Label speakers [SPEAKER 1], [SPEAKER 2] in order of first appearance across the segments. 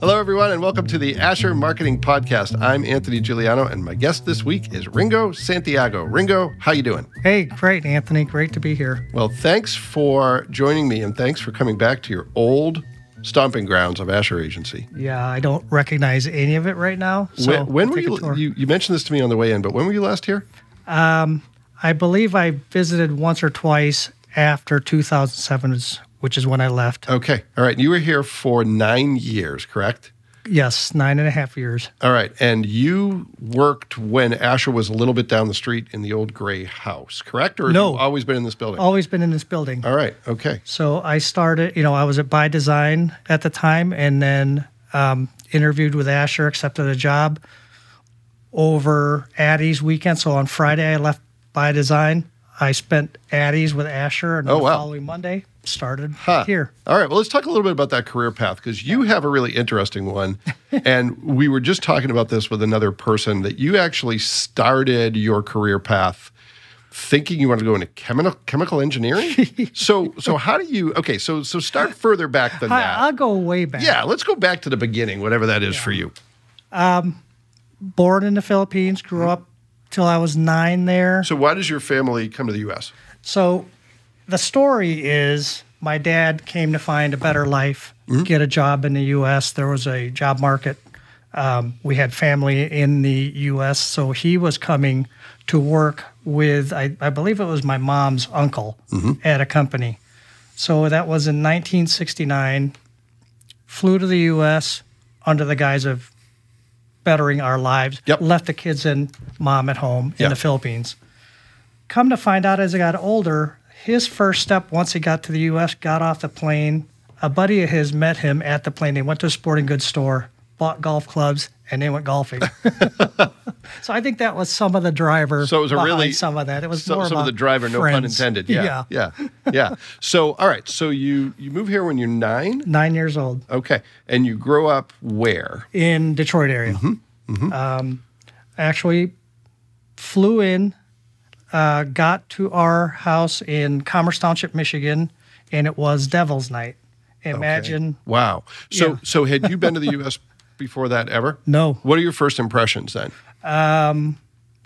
[SPEAKER 1] Hello, everyone, and welcome to the Asher Marketing Podcast. I'm Anthony Giuliano, and my guest this week is Ringo Santiago. Ringo, how you doing?
[SPEAKER 2] Hey, great, Anthony. Great to be here.
[SPEAKER 1] Well, thanks for joining me, and thanks for coming back to your old stomping grounds of Asher Agency.
[SPEAKER 2] Yeah, I don't recognize any of it right now. So
[SPEAKER 1] when when
[SPEAKER 2] I'll
[SPEAKER 1] were
[SPEAKER 2] take a
[SPEAKER 1] you,
[SPEAKER 2] tour.
[SPEAKER 1] you? You mentioned this to me on the way in, but when were you last here?
[SPEAKER 2] I believe I visited once or twice after 2007, is- which is when I left.
[SPEAKER 1] Okay, all right. You were here for nine years, correct?
[SPEAKER 2] Yes, nine and a half years.
[SPEAKER 1] All right, and you worked when Asher was a little bit down the street in the old gray house, correct? Or have
[SPEAKER 2] No.
[SPEAKER 1] you always been in this building?
[SPEAKER 2] Always been in this building.
[SPEAKER 1] All right, okay.
[SPEAKER 2] So I started, you know, I was at By Design at the time and then um, interviewed with Asher, accepted a job over Addie's weekend. So on Friday, I left By Design. I spent Addie's with Asher and
[SPEAKER 1] Oh,
[SPEAKER 2] the
[SPEAKER 1] wow.
[SPEAKER 2] following Monday started
[SPEAKER 1] Huh.
[SPEAKER 2] here.
[SPEAKER 1] All right. Well, let's talk a little bit about that career path because you have a really interesting one. and we were just talking about this with another person that you actually started your career path thinking you wanted to go into chemical chemical engineering. so so how do you okay, so so start further back than that.
[SPEAKER 2] I, I'll go way back.
[SPEAKER 1] yeah, let's go back to the beginning, whatever that is for you.
[SPEAKER 2] Born in the Philippines, grew
[SPEAKER 1] Mm-hmm.
[SPEAKER 2] up till I was nine there.
[SPEAKER 1] So why does your family come to the US?
[SPEAKER 2] So the story is my dad came to find a better life, get a job in the U.S. There was a job market. Um, we had family in the U.S., so he was coming to work with, I, I believe it was my mom's uncle at a company. So that was in 1969. Flew to the U.S. under the guise of bettering our lives.
[SPEAKER 1] Yep.
[SPEAKER 2] Left the kids and mom at home
[SPEAKER 1] Yeah.
[SPEAKER 2] in the Philippines come to find out as I got older, his first step once he got to the U.S., got off the plane. A buddy of his met him at the plane. They went to a sporting goods store, bought golf clubs, and they went golfing. so I think that was some of the driver.
[SPEAKER 1] So it was a
[SPEAKER 2] behind
[SPEAKER 1] really-
[SPEAKER 2] some of that. It was
[SPEAKER 1] So,
[SPEAKER 2] more
[SPEAKER 1] some of
[SPEAKER 2] about
[SPEAKER 1] the driver, no pun
[SPEAKER 2] friends.
[SPEAKER 1] intended. Yeah, yeah. Yeah. So all right. So you you move here when you're nine?
[SPEAKER 2] Nine years old
[SPEAKER 1] Okay. And you grow up where?
[SPEAKER 2] in Detroit area. Um, actually, flew in, uh, got to our house in Commerce Township, Michigan, and it was Devil's Night. Imagine
[SPEAKER 1] Wow. So
[SPEAKER 2] Yeah.
[SPEAKER 1] so had you been to the US before that ever?
[SPEAKER 2] No.
[SPEAKER 1] What are your first impressions then?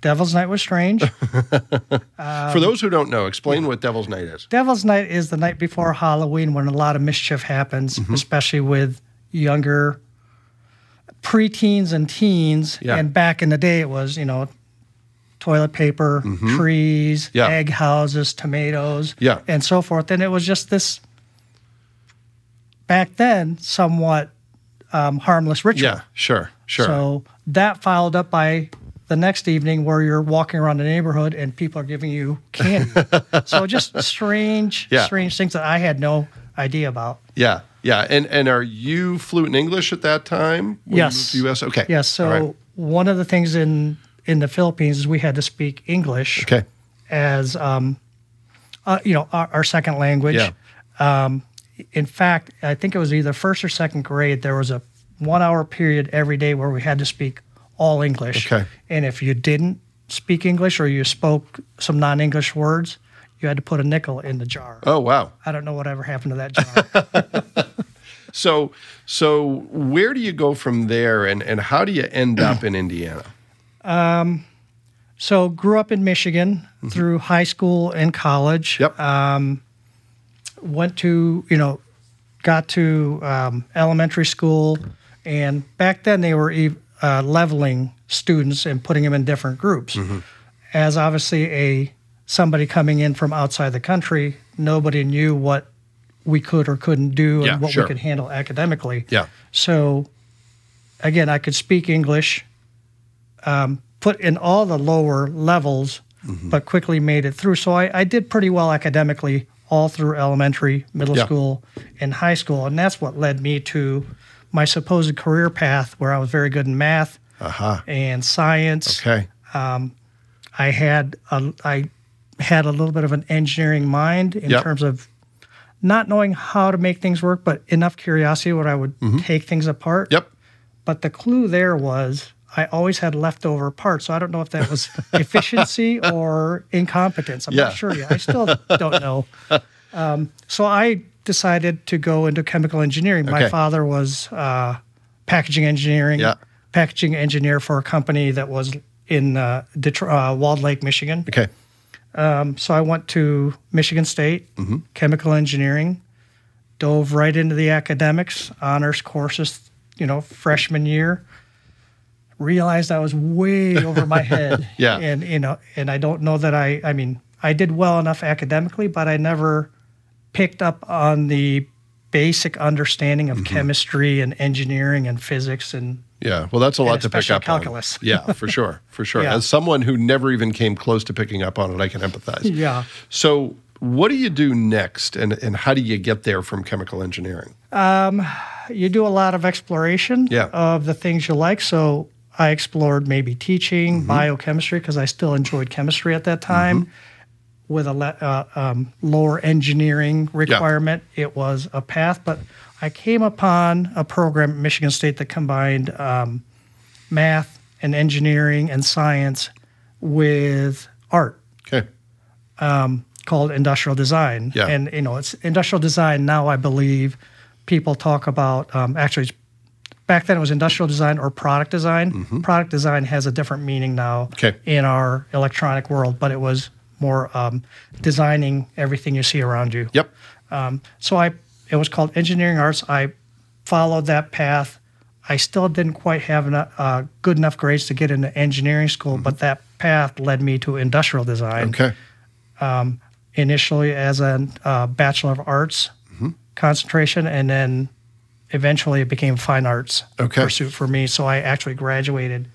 [SPEAKER 2] Devil's Night was strange. Um,
[SPEAKER 1] For those who don't know, explain what Devil's Night is.
[SPEAKER 2] Devil's Night is the night before Halloween when a lot of mischief happens,
[SPEAKER 1] Mm-hmm.
[SPEAKER 2] especially with younger preteens and teens.
[SPEAKER 1] Yeah.
[SPEAKER 2] And back in the day, it was, you know, toilet paper, trees,
[SPEAKER 1] Mm-hmm. Yeah.
[SPEAKER 2] egg houses, tomatoes,
[SPEAKER 1] Yeah.
[SPEAKER 2] and so forth. And it was just this, back then, somewhat um, harmless ritual.
[SPEAKER 1] Yeah, sure, sure.
[SPEAKER 2] So that followed up by the next evening where you're walking around the neighborhood and people are giving you candy. so just strange,
[SPEAKER 1] Yeah.
[SPEAKER 2] strange things that I had no idea about.
[SPEAKER 1] yeah, yeah. And and are you fluent in English at that time? when you
[SPEAKER 2] Yes.
[SPEAKER 1] moved to US? Okay.
[SPEAKER 2] Yeah. So
[SPEAKER 1] All right.
[SPEAKER 2] one of the things in in the Philippines is we had to speak English
[SPEAKER 1] Okay.
[SPEAKER 2] as um, uh, you know our, our second language. Um,
[SPEAKER 1] Yeah.
[SPEAKER 2] in fact, I think it was either first or second grade, there was a one hour period every day where we had to speak all English.
[SPEAKER 1] Okay.
[SPEAKER 2] And if you didn't speak English or you spoke some non English words, you had to put a nickel in the jar.
[SPEAKER 1] Oh wow.
[SPEAKER 2] I don't know whatever happened to that jar.
[SPEAKER 1] So so where do you go from there and, and how do you end up in Indiana?
[SPEAKER 2] so, grew up in Michigan through high school and college.
[SPEAKER 1] Yep.
[SPEAKER 2] went to you know got to um, elementary school and back then they were ev- uh, leveling students and putting them in different groups
[SPEAKER 1] Mm-hmm.
[SPEAKER 2] as obviously a somebody coming in from outside the country nobody knew what we could or couldn't do and
[SPEAKER 1] Yeah,
[SPEAKER 2] what
[SPEAKER 1] sure.
[SPEAKER 2] we could handle academically
[SPEAKER 1] yeah.
[SPEAKER 2] so again, I could speak English, um, put in all the lower levels,
[SPEAKER 1] Mm-hmm.
[SPEAKER 2] but quickly made it through. So I, I did pretty well academically all through elementary, middle
[SPEAKER 1] Yeah.
[SPEAKER 2] school, and high school. And that's what led me to my supposed career path where I was very good in math
[SPEAKER 1] Uh-huh.
[SPEAKER 2] and science.
[SPEAKER 1] Okay.
[SPEAKER 2] I had a, I had a little bit of an engineering mind in
[SPEAKER 1] Yep.
[SPEAKER 2] terms of not knowing how to make things work, but enough curiosity where I would take things apart.
[SPEAKER 1] Mm-hmm. Yep.
[SPEAKER 2] But the clue there was I always had leftover parts. So I don't know if that was efficiency or incompetence. I'm
[SPEAKER 1] Yeah.
[SPEAKER 2] not sure yet. I still don't know. Um, so I decided to go into chemical engineering. My
[SPEAKER 1] Okay.
[SPEAKER 2] father was uh, packaging engineering,
[SPEAKER 1] Yeah.
[SPEAKER 2] packaging engineer for a company that was in uh, Detroit, uh, Wald Lake, Michigan.
[SPEAKER 1] Okay.
[SPEAKER 2] Um, So I went to Michigan State, chemical engineering, dove right into the academics, honors courses, you know, freshman year. Realized I was way over my head.
[SPEAKER 1] Yeah.
[SPEAKER 2] And, you know, and I don't know that I, I mean, I did well enough academically, but I never picked up on the basic understanding of chemistry and engineering and physics and
[SPEAKER 1] Yeah. Well, that's a lot to pick
[SPEAKER 2] especially
[SPEAKER 1] up on.
[SPEAKER 2] calculus.
[SPEAKER 1] yeah, for sure. For sure.
[SPEAKER 2] Yeah.
[SPEAKER 1] As someone who never even came close to picking up on it, I can empathize.
[SPEAKER 2] yeah.
[SPEAKER 1] So, what do you do next and, and how do you get there from chemical engineering?
[SPEAKER 2] you do a lot of exploration
[SPEAKER 1] Yeah.
[SPEAKER 2] of the things you like. So I explored maybe teaching biochemistry because I still enjoyed chemistry at that time. With a le- uh, um, lower engineering requirement, it was a path. But I came upon a program at Michigan State that combined um, math and engineering and science with art
[SPEAKER 1] Okay.
[SPEAKER 2] called industrial design.
[SPEAKER 1] Yeah.
[SPEAKER 2] And you know, it's industrial design now. I believe people talk about um, actually it's, back then it was industrial design or product design. Product design has a different meaning now
[SPEAKER 1] Mm-hmm. Okay.
[SPEAKER 2] in our electronic world, but it was more um, designing everything you see around you.
[SPEAKER 1] Yep.
[SPEAKER 2] Um, so I it was called engineering arts. I followed that path. I still didn't quite have enough, uh, good enough grades to get into engineering school, but that path led me to industrial design
[SPEAKER 1] Mm-hmm. Okay.
[SPEAKER 2] initially as a uh, Bachelor of Arts concentration, and then eventually it became fine arts
[SPEAKER 1] Okay.
[SPEAKER 2] pursuit for me. So I actually graduated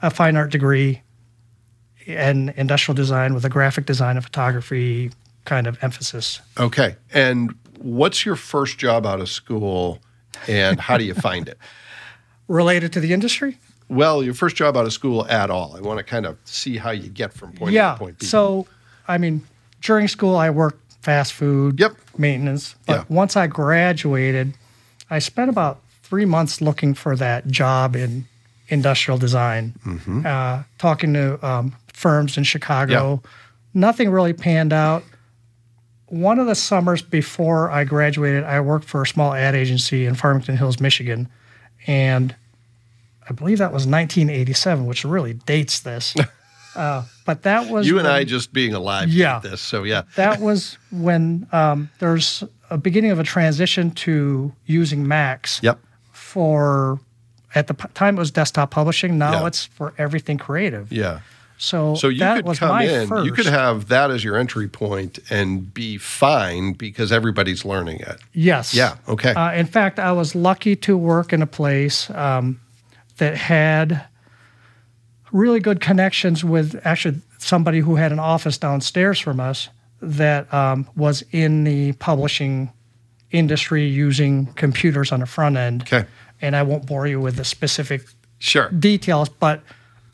[SPEAKER 2] a fine art degree in industrial design with a graphic design and photography kind of emphasis.
[SPEAKER 1] Okay. And what's your first job out of school and how do you find it?
[SPEAKER 2] Related to the industry?
[SPEAKER 1] Well, your first job out of school at all. I want to kind of see how you get from point A
[SPEAKER 2] yeah.
[SPEAKER 1] to point B.
[SPEAKER 2] So, I mean, during school, I worked fast food,
[SPEAKER 1] Yep.
[SPEAKER 2] maintenance. But
[SPEAKER 1] Yeah.
[SPEAKER 2] once I graduated, I spent about three months looking for that job in industrial design,
[SPEAKER 1] Mm-hmm.
[SPEAKER 2] uh, talking to um, firms in Chicago. Nothing really panned out. One of the summers before I graduated, I worked for a small ad agency in Farmington Hills, Michigan. And I believe that was 1987, which really dates this. uh, but that was
[SPEAKER 1] you and
[SPEAKER 2] when-
[SPEAKER 1] I just being alive
[SPEAKER 2] Yeah.
[SPEAKER 1] did this. So, yeah.
[SPEAKER 2] that was when um, there's a beginning of a transition to using Macs
[SPEAKER 1] Yep.
[SPEAKER 2] for, at the p- time it was desktop publishing. Now
[SPEAKER 1] Yeah.
[SPEAKER 2] it's for everything creative.
[SPEAKER 1] Yeah.
[SPEAKER 2] So,
[SPEAKER 1] So you
[SPEAKER 2] that
[SPEAKER 1] could
[SPEAKER 2] was
[SPEAKER 1] come
[SPEAKER 2] my
[SPEAKER 1] in,
[SPEAKER 2] first.
[SPEAKER 1] you could have that as your entry point and be fine because everybody's learning it.
[SPEAKER 2] yes.
[SPEAKER 1] Yeah, okay.
[SPEAKER 2] Uh, in fact, I was lucky to work in a place um, that had really good connections with actually somebody who had an office downstairs from us that um, was in the publishing industry using computers on the front end.
[SPEAKER 1] Okay.
[SPEAKER 2] And I won't bore you with the specific
[SPEAKER 1] Sure.
[SPEAKER 2] details, but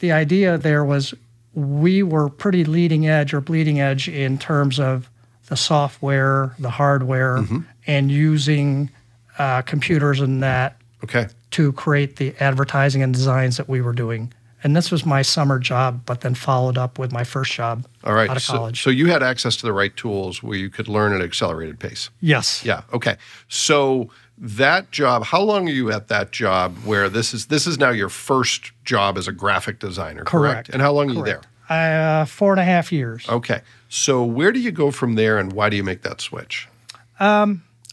[SPEAKER 2] the idea there was we were pretty leading edge or bleeding edge in terms of the software, the hardware,
[SPEAKER 1] Mm-hmm.
[SPEAKER 2] and using uh, computers and that
[SPEAKER 1] Okay.
[SPEAKER 2] to create the advertising and designs that we were doing. And this was my summer job, but then followed up with my first job
[SPEAKER 1] All right.
[SPEAKER 2] out of
[SPEAKER 1] so,
[SPEAKER 2] college.
[SPEAKER 1] so you had access to the right tools where you could learn at an accelerated pace.
[SPEAKER 2] yes.
[SPEAKER 1] Yeah. Okay. So that job, how long are you at that job where this is this is now your first job as a graphic designer, correct?
[SPEAKER 2] Correct.
[SPEAKER 1] And how long are you there?
[SPEAKER 2] Correct. Uh, four and a half years.
[SPEAKER 1] Okay. So where do you go from there and why do you make that switch?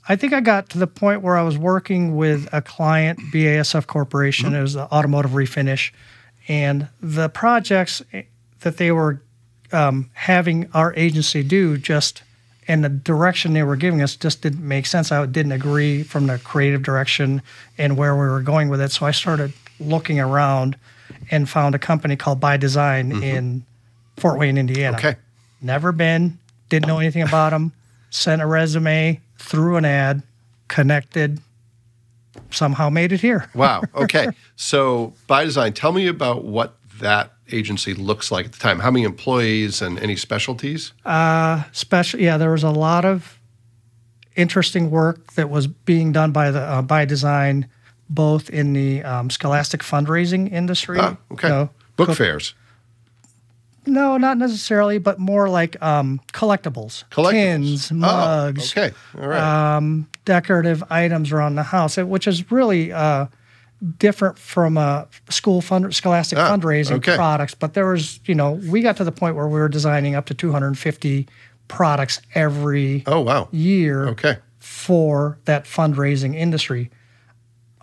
[SPEAKER 2] I think I got to the point where I was working with a client, BASF Corporation. It was the automotive refinish, and the projects that they were um, having our agency do just and the direction they were giving us just didn't make sense. I didn't agree from the creative direction and where we were going with it. So I started looking around and found a company called By Design in Fort Wayne, Indiana
[SPEAKER 1] Okay.
[SPEAKER 2] never been, didn't know anything about them, sent a resume, threw an ad, connected, somehow made it here.
[SPEAKER 1] Wow. Okay. so by design, tell me about what that agency looks like at the time. How many employees and any specialties?
[SPEAKER 2] Special, Uh, yeah, there was a lot of interesting work that was being done by the uh, by design, both in the um, scholastic fundraising industry.
[SPEAKER 1] Ah, okay.
[SPEAKER 2] you know,
[SPEAKER 1] Book fairs.
[SPEAKER 2] No, not necessarily, but more like um, collectibles,
[SPEAKER 1] Collectibles.
[SPEAKER 2] tins, mugs,
[SPEAKER 1] Oh, okay. All right.
[SPEAKER 2] decorative items around the house, it- which is really uh, different from a school fund, scholastic
[SPEAKER 1] Ah,
[SPEAKER 2] fundraising
[SPEAKER 1] okay.
[SPEAKER 2] products, but there was, you know, we got to the point where we were designing up to 250 products every
[SPEAKER 1] Oh, wow.
[SPEAKER 2] year
[SPEAKER 1] Okay.
[SPEAKER 2] for that fundraising industry.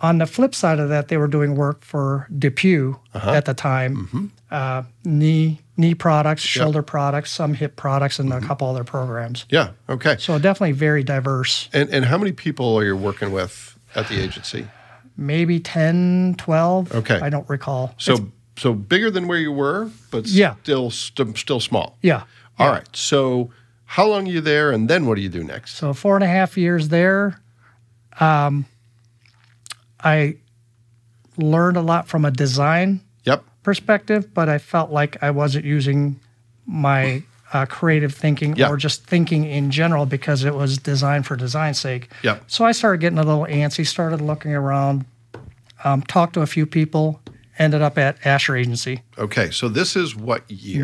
[SPEAKER 2] On the flip side of that, they were doing work for Depew
[SPEAKER 1] Uh-huh.
[SPEAKER 2] at the time,
[SPEAKER 1] Mm-hmm.
[SPEAKER 2] uh, knee knee products, shoulder products, some hip products, and
[SPEAKER 1] Mm-hmm.
[SPEAKER 2] a couple other programs.
[SPEAKER 1] Yeah. Okay.
[SPEAKER 2] So definitely very diverse.
[SPEAKER 1] And and how many people are you working with at the agency?
[SPEAKER 2] Maybe 10, 12.
[SPEAKER 1] Okay.
[SPEAKER 2] I don't recall.
[SPEAKER 1] So
[SPEAKER 2] It's-
[SPEAKER 1] so bigger than where you were, but
[SPEAKER 2] Yeah.
[SPEAKER 1] still st- still small.
[SPEAKER 2] yeah.
[SPEAKER 1] All right. So how long are you there, and then what do you do next?
[SPEAKER 2] So four and a half years there. Um, I learned a lot from a design
[SPEAKER 1] Yep.
[SPEAKER 2] perspective, but I felt like I wasn't using my uh, creative thinking
[SPEAKER 1] Yeah.
[SPEAKER 2] or just thinking in general because it was designed for design's sake.
[SPEAKER 1] Yeah.
[SPEAKER 2] So I started getting a little antsy, started looking around, um, talked to a few people, ended up at Asher Agency,
[SPEAKER 1] Okay. So this is what year?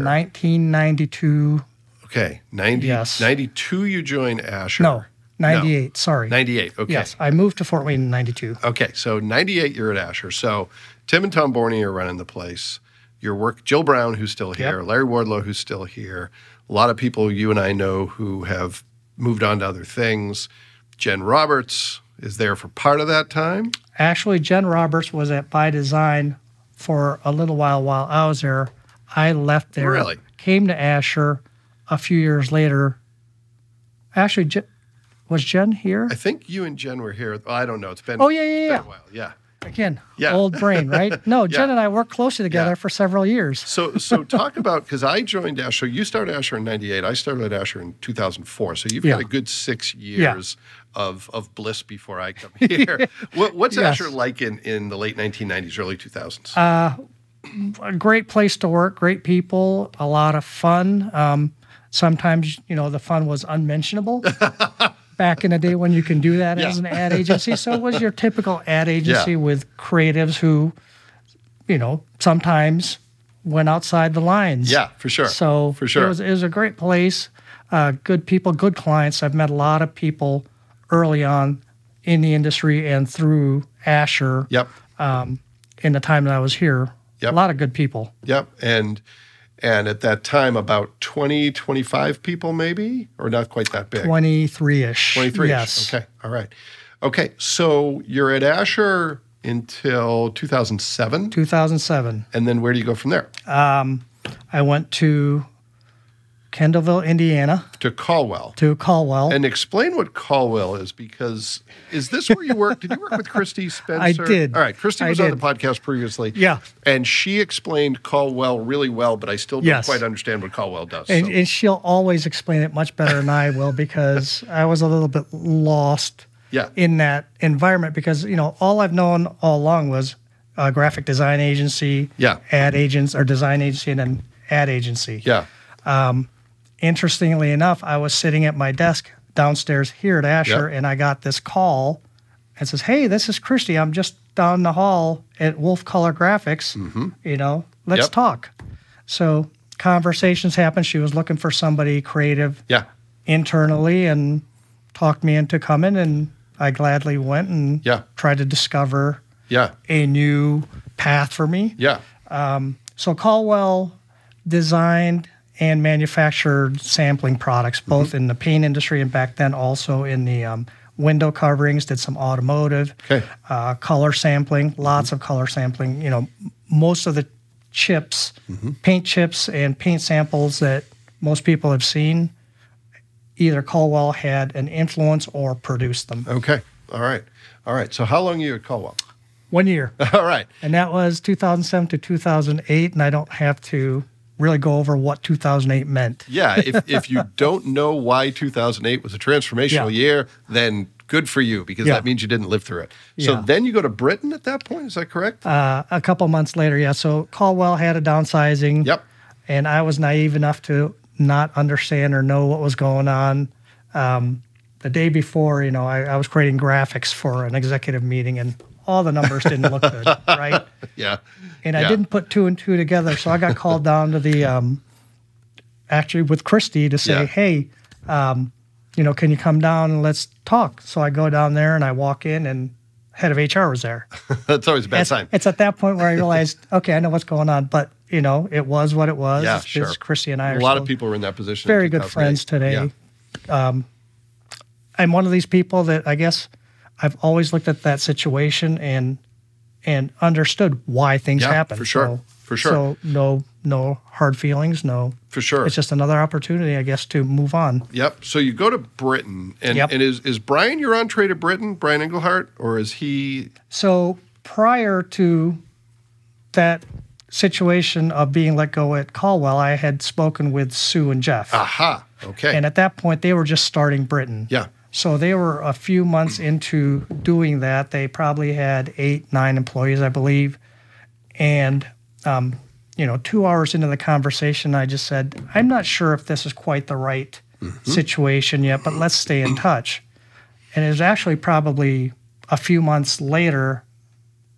[SPEAKER 2] 1992.
[SPEAKER 1] Okay. 90,
[SPEAKER 2] Yes.
[SPEAKER 1] 92 you join Asher.
[SPEAKER 2] No, 98. Sorry.
[SPEAKER 1] 98. Okay.
[SPEAKER 2] Yes, I moved to Fort Wayne in 92.
[SPEAKER 1] Okay, so 98, you're at Asher. So Tim and Tom Borney are running the place. Your work, Jill Brown, who's still here, Larry Wardlow, who's still here. A lot of people you and I know who have moved on to other things. Jen Roberts is there for part of that time.
[SPEAKER 2] Actually, Jen Roberts was at By Design for a little while while I was there. I left there,
[SPEAKER 1] Really?
[SPEAKER 2] came to Asher a few years later. Actually, Je- was Jen here?
[SPEAKER 1] I think you and Jen were here. I don't know. It's been,
[SPEAKER 2] Oh, yeah, yeah,
[SPEAKER 1] it's been
[SPEAKER 2] yeah.
[SPEAKER 1] a while. Yeah.
[SPEAKER 2] Again,
[SPEAKER 1] Yeah.
[SPEAKER 2] old brain, right? No, Jen and I worked closely together
[SPEAKER 1] Yeah.
[SPEAKER 2] for several years.
[SPEAKER 1] So, so talk about because I joined Asher. You started Asher in '98. I started at Asher in 2004. So you've got
[SPEAKER 2] Yeah.
[SPEAKER 1] a good six years of of bliss before I come here. what, what's
[SPEAKER 2] Yes. Uh,
[SPEAKER 1] Asher like in in the late 1990s, early 2000s?
[SPEAKER 2] A great place to work, great people, a lot of fun. Um, sometimes, you know, the fun was unmentionable. Back in the day when you can do that as an ad agency. So it was your typical ad agency with creatives who, you know, sometimes went outside the lines.
[SPEAKER 1] yeah, for sure.
[SPEAKER 2] So
[SPEAKER 1] for sure.
[SPEAKER 2] it was, it was a great place. Uh, good people, good clients. I've met a lot of people early on in the industry and through Asher
[SPEAKER 1] yep,
[SPEAKER 2] in the time that I was here.
[SPEAKER 1] Yep.
[SPEAKER 2] A lot of good people.
[SPEAKER 1] yep, and. And at that time, about 20, 25 people, maybe, or not quite that big.
[SPEAKER 2] 23 ish.
[SPEAKER 1] 23.
[SPEAKER 2] Yes.
[SPEAKER 1] Okay. All right. Okay. So you're at Asher until 2007.
[SPEAKER 2] 2007.
[SPEAKER 1] And then where do you go from there?
[SPEAKER 2] Uh, Um, I went to Kendallville, Indiana
[SPEAKER 1] to Caldwell.
[SPEAKER 2] to Caldwell.
[SPEAKER 1] And explain what Caldwell is because is this where you work? did you work with Christy Spencer?
[SPEAKER 2] did.
[SPEAKER 1] All right. Christy
[SPEAKER 2] I
[SPEAKER 1] was on the
[SPEAKER 2] did.
[SPEAKER 1] podcast previously.
[SPEAKER 2] Yeah.
[SPEAKER 1] And she explained Caldwell really well, but I still don't
[SPEAKER 2] Yes.
[SPEAKER 1] quite understand what Caldwell does.
[SPEAKER 2] and,
[SPEAKER 1] so-
[SPEAKER 2] and she'll always explain it much better than I will because I was a little bit lost
[SPEAKER 1] Yeah.
[SPEAKER 2] in that environment because you know all I've known all along was a graphic design agency,
[SPEAKER 1] Yeah.
[SPEAKER 2] ad agents or design agency and an ad agency.
[SPEAKER 1] yeah.
[SPEAKER 2] Interestingly enough, I was sitting at my desk downstairs here at Asher
[SPEAKER 1] Yeah.
[SPEAKER 2] and I got this call and says, "Hey, this is Christy. I'm just down the hall at Wolf Color Graphics. You know,
[SPEAKER 1] Mm-hmm.
[SPEAKER 2] let's
[SPEAKER 1] Yep.
[SPEAKER 2] talk." So conversations happened. She was looking for somebody creative
[SPEAKER 1] Yeah.
[SPEAKER 2] internally and talked me into coming and I gladly went and
[SPEAKER 1] Yeah.
[SPEAKER 2] tried to discover
[SPEAKER 1] Yeah.
[SPEAKER 2] a new path for me.
[SPEAKER 1] Yeah.
[SPEAKER 2] So Caldwell designed and manufactured sampling products both in the paint industry and back then also in the um, window coverings did some automotive
[SPEAKER 1] Okay.
[SPEAKER 2] uh, color sampling lots of color sampling you know m- most of the chips paint chips and paint samples that most people have seen either Caldwell had an influence or produced them
[SPEAKER 1] Okay. All right. All right. So how long are you at Caldwell?
[SPEAKER 2] one year
[SPEAKER 1] All right.
[SPEAKER 2] and that was 2007 to 2008 and i don't have to really go over what 2008 meant
[SPEAKER 1] Yeah. If, if you don't know why 2008 was a transformational
[SPEAKER 2] Yeah.
[SPEAKER 1] year, then good for you because
[SPEAKER 2] Yeah.
[SPEAKER 1] that means you didn't live through it.
[SPEAKER 2] Yeah.
[SPEAKER 1] So then you go to Britain at that point. Is that correct?
[SPEAKER 2] uh, a couple months later yeah so caldwell had a downsizing
[SPEAKER 1] Yep.
[SPEAKER 2] and i was naive enough to not understand or know what was going on um, the day before you know I, I was creating graphics for an executive meeting and all the numbers didn't look good right
[SPEAKER 1] yeah.
[SPEAKER 2] and
[SPEAKER 1] Yeah.
[SPEAKER 2] I didn't put two and two together. So I got called down to the um, actually with Christy to say,
[SPEAKER 1] Yeah.
[SPEAKER 2] "Hey, um, you know, can you come down and let's talk?" So I go down there and I walk in and head of HR was there.
[SPEAKER 1] That's always a bad
[SPEAKER 2] It's,
[SPEAKER 1] sign.
[SPEAKER 2] it's at that point where I realized, okay, I know what's going on, but you know, it was what it was.
[SPEAKER 1] Yeah,
[SPEAKER 2] It's-
[SPEAKER 1] sure.
[SPEAKER 2] it's Christy and I are
[SPEAKER 1] A lot
[SPEAKER 2] still
[SPEAKER 1] of people are in that position. in
[SPEAKER 2] very good
[SPEAKER 1] 2008.
[SPEAKER 2] friends today. Um,
[SPEAKER 1] Yeah.
[SPEAKER 2] I'm one of these people that I guess I've always looked at that situation and and understood why things
[SPEAKER 1] Yeah,
[SPEAKER 2] happen.
[SPEAKER 1] for sure.
[SPEAKER 2] So,
[SPEAKER 1] For sure.
[SPEAKER 2] So no no hard feelings. No,
[SPEAKER 1] For sure.
[SPEAKER 2] it's just another opportunity, I guess, to move on.
[SPEAKER 1] Yep. So you go to Britain, and,
[SPEAKER 2] Yep.
[SPEAKER 1] and is, is Brian your entree to Britain, Brian Englehart, or is he?
[SPEAKER 2] So prior to that situation of being let go at Caldwell, I had spoken with Sue and Jeff,
[SPEAKER 1] Aha. Okay.
[SPEAKER 2] and at that point they were just starting Britain.
[SPEAKER 1] yeah.
[SPEAKER 2] So they were a few months into doing that. They probably had eight, nine employees, I believe. And, um, you know, two hours into the conversation, I just said, I'm not sure if this is quite the right situation yet, but let's stay in touch. And it was actually probably a few months later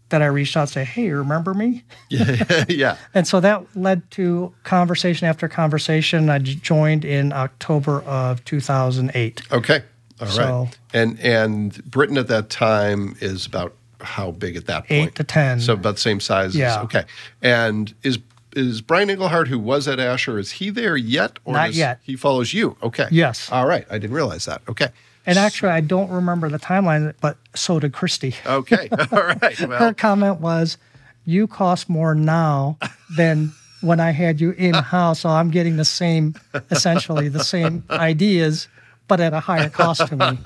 [SPEAKER 2] that I reached out and said, Hey, you remember me?
[SPEAKER 1] Yeah. yeah.
[SPEAKER 2] And so that led to conversation after conversation. I j- joined in October of 2008.
[SPEAKER 1] Okay. All right.
[SPEAKER 2] So-
[SPEAKER 1] and and Britain at that time is about how big at that point?
[SPEAKER 2] Eight to 10.
[SPEAKER 1] So about the same size. as-
[SPEAKER 2] Yeah.
[SPEAKER 1] Okay. And is is Brian Englehart, who was at Asher, is he there yet, or
[SPEAKER 2] Not
[SPEAKER 1] does-
[SPEAKER 2] yet.
[SPEAKER 1] He follows you. Okay.
[SPEAKER 2] Yes.
[SPEAKER 1] All right. I didn't realize that. Okay.
[SPEAKER 2] And actually, I don't remember the timeline, but so did Christy.
[SPEAKER 1] Okay. All right.
[SPEAKER 2] Her
[SPEAKER 1] Well.
[SPEAKER 2] comment was, "You cost more now than when I had you in house, so I'm getting the same, essentially the same ideas, but at a higher cost to me."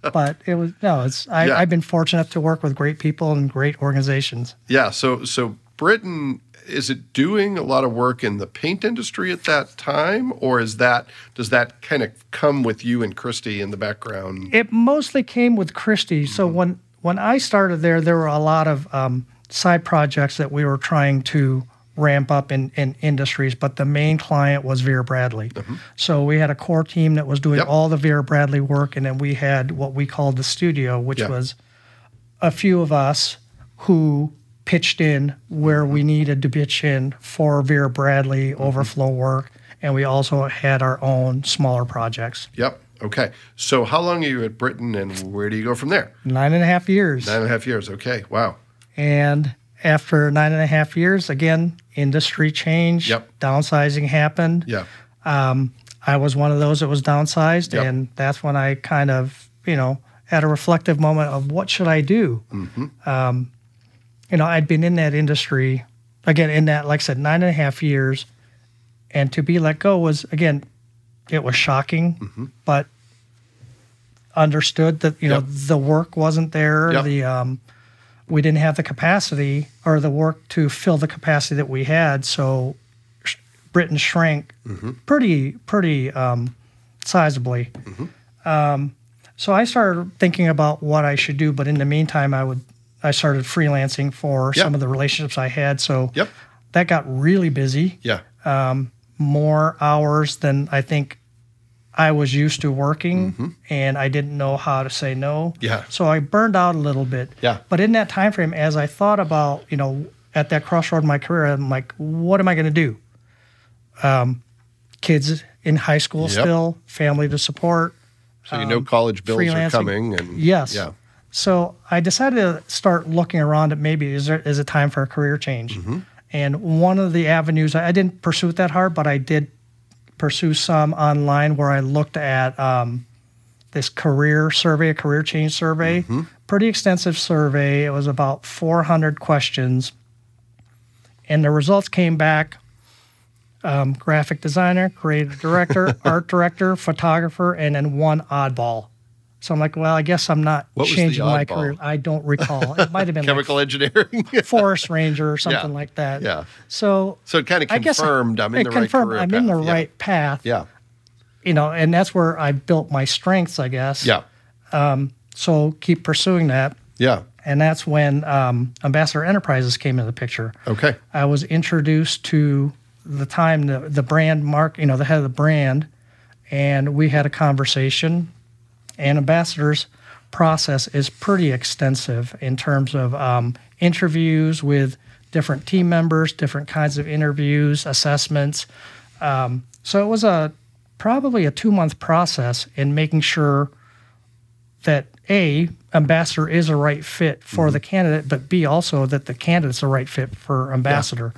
[SPEAKER 2] But it was no, it's I,
[SPEAKER 1] Yeah.
[SPEAKER 2] I've been fortunate enough to work with great people and great organizations.
[SPEAKER 1] Yeah. So so Britain is it doing a lot of work in the paint industry at that time, or is that does that kind of come with you and Christy in the background?
[SPEAKER 2] It mostly came with Christie. So
[SPEAKER 1] Mm-hmm.
[SPEAKER 2] when when I started there, there were a lot of um, side projects that we were trying to ramp up in, in industries, but the main client was Vera Bradley. So we had a core team that was doing
[SPEAKER 1] Mm-hmm. Yep.
[SPEAKER 2] all the Vera Bradley work, and then we had what we called the studio, which
[SPEAKER 1] Yeah.
[SPEAKER 2] was a few of us who pitched in where we
[SPEAKER 1] Mm-hmm.
[SPEAKER 2] needed to pitch in for Vera Bradley overflow work, and we also had our own smaller projects.
[SPEAKER 1] Yep. Okay. So how long are you at Britain, and where do you go from there?
[SPEAKER 2] Nine and a half years.
[SPEAKER 1] Nine and a half years. Okay. Wow.
[SPEAKER 2] And after nine and a half years, again, industry change,
[SPEAKER 1] Yep.
[SPEAKER 2] downsizing happened.
[SPEAKER 1] Yeah.
[SPEAKER 2] I was one of those that was downsized,
[SPEAKER 1] Yep.
[SPEAKER 2] and that's when I kind of, you know, had a reflective moment of what should I do. Um,
[SPEAKER 1] Mm-hmm.
[SPEAKER 2] you know, I'd been in that industry again in that, like I said, nine and a half years, and to be let go was again, it was shocking, but understood that you
[SPEAKER 1] Mm-hmm. Yep.
[SPEAKER 2] know the work wasn't there,
[SPEAKER 1] Yep.
[SPEAKER 2] the um, we didn't have the capacity or the work to fill the capacity that we had, so sh- Britain shrank
[SPEAKER 1] Mm-hmm.
[SPEAKER 2] pretty pretty um, sizably. Um,
[SPEAKER 1] Mm-hmm.
[SPEAKER 2] so I started thinking about what I should do, but in the meantime, I would I started freelancing for
[SPEAKER 1] Yeah.
[SPEAKER 2] some of the relationships I had. So
[SPEAKER 1] Yep.
[SPEAKER 2] that got really busy,
[SPEAKER 1] Yeah.
[SPEAKER 2] um, more hours than I think I was used to working, and I didn't know how to say no.
[SPEAKER 1] Mm-hmm. Yeah.
[SPEAKER 2] So I burned out a little bit.
[SPEAKER 1] Yeah.
[SPEAKER 2] But in that time frame, as I thought about you know at that crossroad in my career, I'm like, what am I going to do? Um, kids in high school
[SPEAKER 1] Yep.
[SPEAKER 2] still, family to support.
[SPEAKER 1] So you know college bills are
[SPEAKER 2] Um, freelancing.
[SPEAKER 1] coming, and
[SPEAKER 2] Yes.
[SPEAKER 1] Yeah.
[SPEAKER 2] So I decided to start looking around at maybe is there is it time for a career change?
[SPEAKER 1] Mm-hmm.
[SPEAKER 2] And one of the avenues I, I didn't pursue it that hard, but I did pursue some online where I looked at um, this career survey, a career change survey,
[SPEAKER 1] Mm-hmm.
[SPEAKER 2] pretty extensive survey. It was about 400 questions, and the results came back. Um, graphic designer, creative director, art director, photographer, and then one oddball. So I'm like, well, I guess I'm not
[SPEAKER 1] What was the
[SPEAKER 2] changing my
[SPEAKER 1] oddball?
[SPEAKER 2] career. I don't recall. It might have been like
[SPEAKER 1] Chemical engineering.
[SPEAKER 2] forest ranger or something like that.
[SPEAKER 1] yeah.
[SPEAKER 2] So
[SPEAKER 1] So it kind of
[SPEAKER 2] I guess
[SPEAKER 1] confirmed I'm in
[SPEAKER 2] it
[SPEAKER 1] the
[SPEAKER 2] confirmed
[SPEAKER 1] right career
[SPEAKER 2] I'm in the
[SPEAKER 1] path. Yeah.
[SPEAKER 2] right path.
[SPEAKER 1] Yeah.
[SPEAKER 2] You know, and that's where I built my strengths, I guess.
[SPEAKER 1] Yeah.
[SPEAKER 2] So keep pursuing that.
[SPEAKER 1] Yeah.
[SPEAKER 2] And that's when um, Ambassador Enterprises came into the picture.
[SPEAKER 1] Okay.
[SPEAKER 2] I was introduced to the time the, the brand mark, you know, the head of the brand, and we had a conversation. And ambassadors process is pretty extensive in terms of um, interviews with different team members, different kinds of interviews, assessments. Um, so it was a probably a two month process in making sure that a ambassador is a right fit for the candidate, but B, also that the candidate's a right fit for ambassador.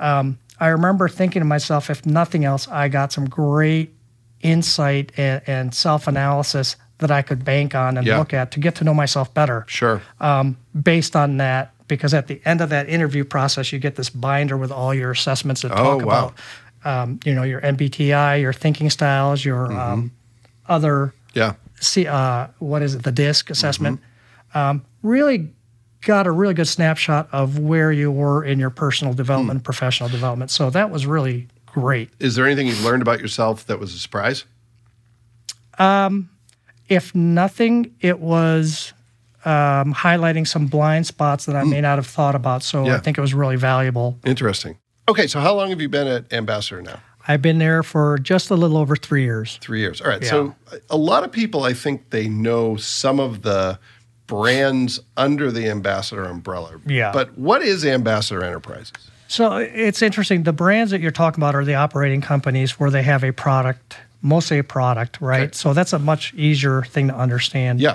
[SPEAKER 2] Um, I remember thinking to myself, if nothing else, I got some great insight and, and self analysis that I could bank on and
[SPEAKER 1] Yeah.
[SPEAKER 2] look at to get to know myself better
[SPEAKER 1] Sure.
[SPEAKER 2] um, based on that because at the end of that interview process you get this binder with all your assessments that
[SPEAKER 1] Oh, wow.
[SPEAKER 2] talk about um, you know your mbti your thinking styles your
[SPEAKER 1] Mm-hmm.
[SPEAKER 2] um, other
[SPEAKER 1] Yeah.
[SPEAKER 2] see uh, what is it the disc assessment
[SPEAKER 1] Mm-hmm.
[SPEAKER 2] um, really got a really good snapshot of where you were in your personal
[SPEAKER 1] Hmm.
[SPEAKER 2] development and professional development so that was really great
[SPEAKER 1] Is there anything you've learned about yourself that was a surprise?
[SPEAKER 2] if nothing, it was um, highlighting some blind spots that I may not have thought about. So
[SPEAKER 1] Hmm. Yeah.
[SPEAKER 2] I think it was really valuable.
[SPEAKER 1] Interesting. Okay, so how long have you been at Ambassador now?
[SPEAKER 2] I've been there for just a little over three years.
[SPEAKER 1] Three years. All right. So a lot of people, I think they know some of the brands under the Ambassador umbrella.
[SPEAKER 2] Yeah.
[SPEAKER 1] But what is Ambassador Enterprises?
[SPEAKER 2] So it's interesting. The brands that you're talking about are the operating companies where they have a product, mostly a product, right?
[SPEAKER 1] Okay.
[SPEAKER 2] So that's a much easier thing to understand.
[SPEAKER 1] Yeah.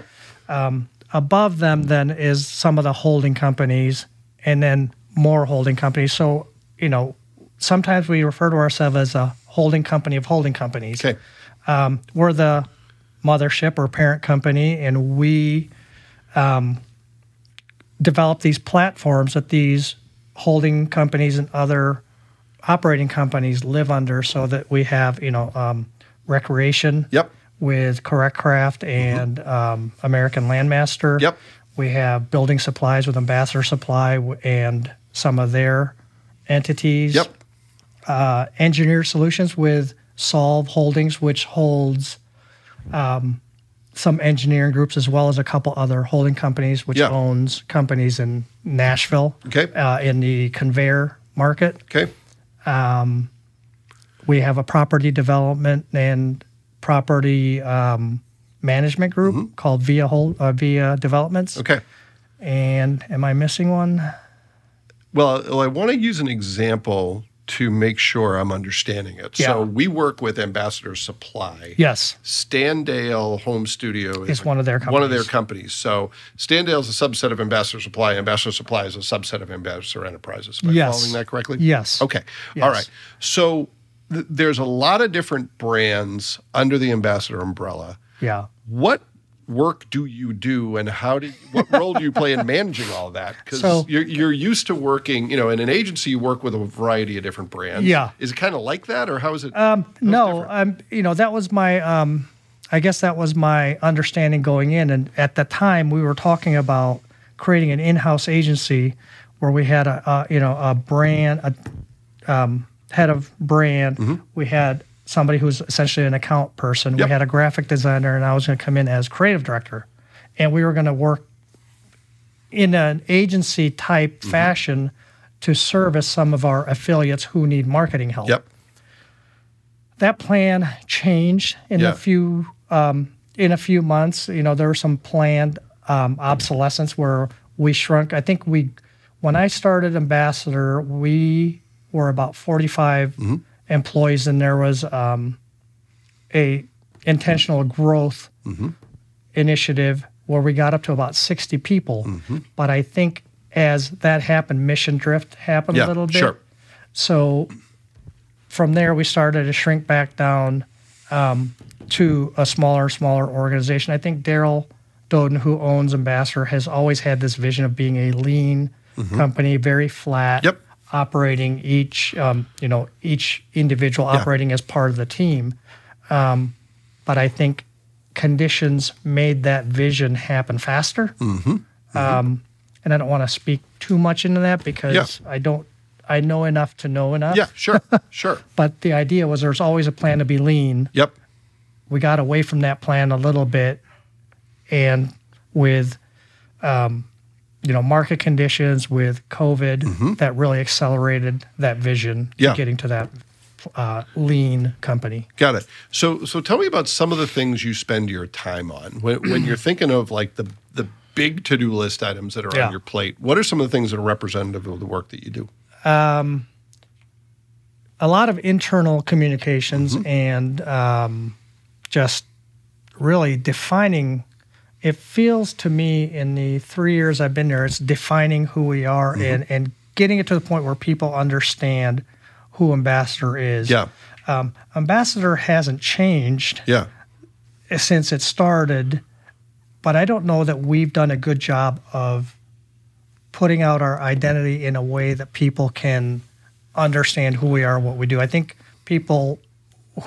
[SPEAKER 2] above them then is some of the holding companies and then more holding companies so you know sometimes we refer to ourselves as a holding company of holding companies
[SPEAKER 1] Okay.
[SPEAKER 2] um, we're the mothership or parent company and we um, develop these platforms that these holding companies and other operating companies live under so that we have you know um, recreation
[SPEAKER 1] Yep. Mm-hmm.
[SPEAKER 2] with Correct Craft and um, American Landmaster.
[SPEAKER 1] Yep.
[SPEAKER 2] We have building supplies with Ambassador Supply w- and some of their entities.
[SPEAKER 1] Yep.
[SPEAKER 2] Uh, Engineer Solutions with Solve Holdings, which holds um, some engineering groups as well as a couple other holding companies, which
[SPEAKER 1] Yeah.
[SPEAKER 2] owns companies in Nashville
[SPEAKER 1] Okay.
[SPEAKER 2] uh, in the conveyor market. Um,
[SPEAKER 1] Okay.
[SPEAKER 2] we have a property development and property um, management group called Via Hol- uh, Via Developments.
[SPEAKER 1] Mm-hmm. Okay.
[SPEAKER 2] And am I missing one?
[SPEAKER 1] Well, I want to use an example to make sure I'm understanding it.
[SPEAKER 2] Yeah.
[SPEAKER 1] So we work with Ambassador Supply.
[SPEAKER 2] Yes.
[SPEAKER 1] Standale Home Studio
[SPEAKER 2] Is one of their
[SPEAKER 1] One of their
[SPEAKER 2] companies.
[SPEAKER 1] companies. So Standale is a subset of Ambassador Supply. Ambassador Supply is a subset of Ambassador Enterprises. Am I
[SPEAKER 2] Yes.
[SPEAKER 1] following that correctly?
[SPEAKER 2] Yes.
[SPEAKER 1] Okay. All
[SPEAKER 2] Yes.
[SPEAKER 1] right. So th- there's a lot of different brands under the Ambassador umbrella.
[SPEAKER 2] Yeah.
[SPEAKER 1] What work do you do and how do you, what role do you play in managing all that because
[SPEAKER 2] So-
[SPEAKER 1] you're, you're used to working you know in an agency you work with a variety of different brands
[SPEAKER 2] Yeah. Uh,
[SPEAKER 1] is it kind of like that or how is it
[SPEAKER 2] no, um, you know that was my. Um, I guess that was my understanding going in, and at the time we were talking about creating an in-house agency where we had a, a you know a brand, a um, head of brand. We had somebody who's essentially an account person.
[SPEAKER 1] Mm-hmm. Yep.
[SPEAKER 2] We had a graphic designer, and I was going to come in as creative director, and we were going to work in an agency type
[SPEAKER 1] Mm-hmm.
[SPEAKER 2] fashion to service some of our affiliates who need marketing help
[SPEAKER 1] yep
[SPEAKER 2] that plan changed in
[SPEAKER 1] Yeah.
[SPEAKER 2] a few um, in a few months. You know, there was some planned um, obsolescence where we shrunk. I think we, when I started Ambassador, we were about forty
[SPEAKER 1] Mm-hmm.
[SPEAKER 2] employees, and there was um, a intentional growth
[SPEAKER 1] Mm-hmm.
[SPEAKER 2] initiative where we got up to about sixty people.
[SPEAKER 1] Mm-hmm.
[SPEAKER 2] But I think as that happened, mission drift happened
[SPEAKER 1] yeah
[SPEAKER 2] a little bit.
[SPEAKER 1] sure
[SPEAKER 2] So from there, we started to shrink back down um, to a smaller, smaller organization. I think Daryl Doden, who owns Ambassador, has always had this vision of being a lean company, very flat,
[SPEAKER 1] Mm-hmm. Yep.
[SPEAKER 2] operating each, um, you know, each individual operating as part of the team. Um, but I think conditions made that vision happen faster
[SPEAKER 1] Mm-hmm.
[SPEAKER 2] Um, and I don't want to speak too much into that because
[SPEAKER 1] Yeah.
[SPEAKER 2] I don't I know enough to know enough.
[SPEAKER 1] yeah sure sure
[SPEAKER 2] But the idea was there's always a plan to be lean.
[SPEAKER 1] yep
[SPEAKER 2] We got away from that plan a little bit, and with um, you know market conditions with COVID, that really accelerated that vision. to
[SPEAKER 1] Mm-hmm. Yeah.
[SPEAKER 2] getting to that uh, lean company.
[SPEAKER 1] Got it. So so tell me about some of the things you spend your time on when, when you're thinking of like the the big to do list items that are
[SPEAKER 2] Yeah.
[SPEAKER 1] on your plate. What are some of the things that are representative of the work that you do?
[SPEAKER 2] a lot of internal communications and um, just really defining it feels to me in the three years I've been there, it's defining who we are and, and getting it to the point where people understand who Ambassador is.
[SPEAKER 1] Yeah.
[SPEAKER 2] Um, Ambassador hasn't changed
[SPEAKER 1] Yeah.
[SPEAKER 2] eh, since it started, but I don't know that we've done a good job of putting out our identity in a way that people can understand who we are, what we do. I think people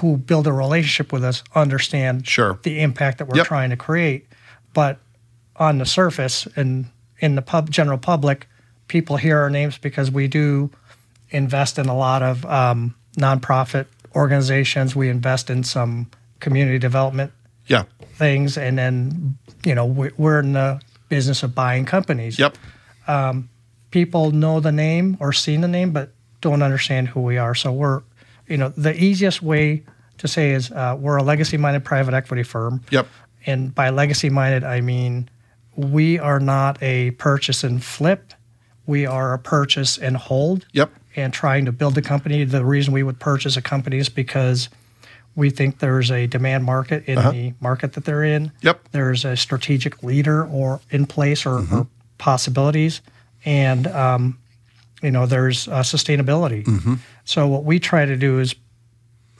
[SPEAKER 2] who build a relationship with us understand
[SPEAKER 1] Sure.
[SPEAKER 2] the impact that we're
[SPEAKER 1] Yep.
[SPEAKER 2] trying to create, but on the surface and in the pub, general public, people hear our names because we do invest in a lot of um, nonprofit organizations. We invest in some community development
[SPEAKER 1] Yeah.
[SPEAKER 2] things, and then you know we- we're in the business of buying companies.
[SPEAKER 1] Yep.
[SPEAKER 2] People know the name or seen the name, but don't understand who we are. So we're, you know, the easiest way to say is uh, we're a legacy-minded private equity firm.
[SPEAKER 1] Yep.
[SPEAKER 2] And by legacy minded, I mean we are not a purchase and flip. We are a purchase and hold.
[SPEAKER 1] Yep.
[SPEAKER 2] And trying to build the company. The reason we would purchase a company is because we think there's a demand market in the market that they're in.
[SPEAKER 1] Yep.
[SPEAKER 2] There's a strategic leader or in place or, or possibilities. And, um, you know, there's uh, sustainability. So what we try to do is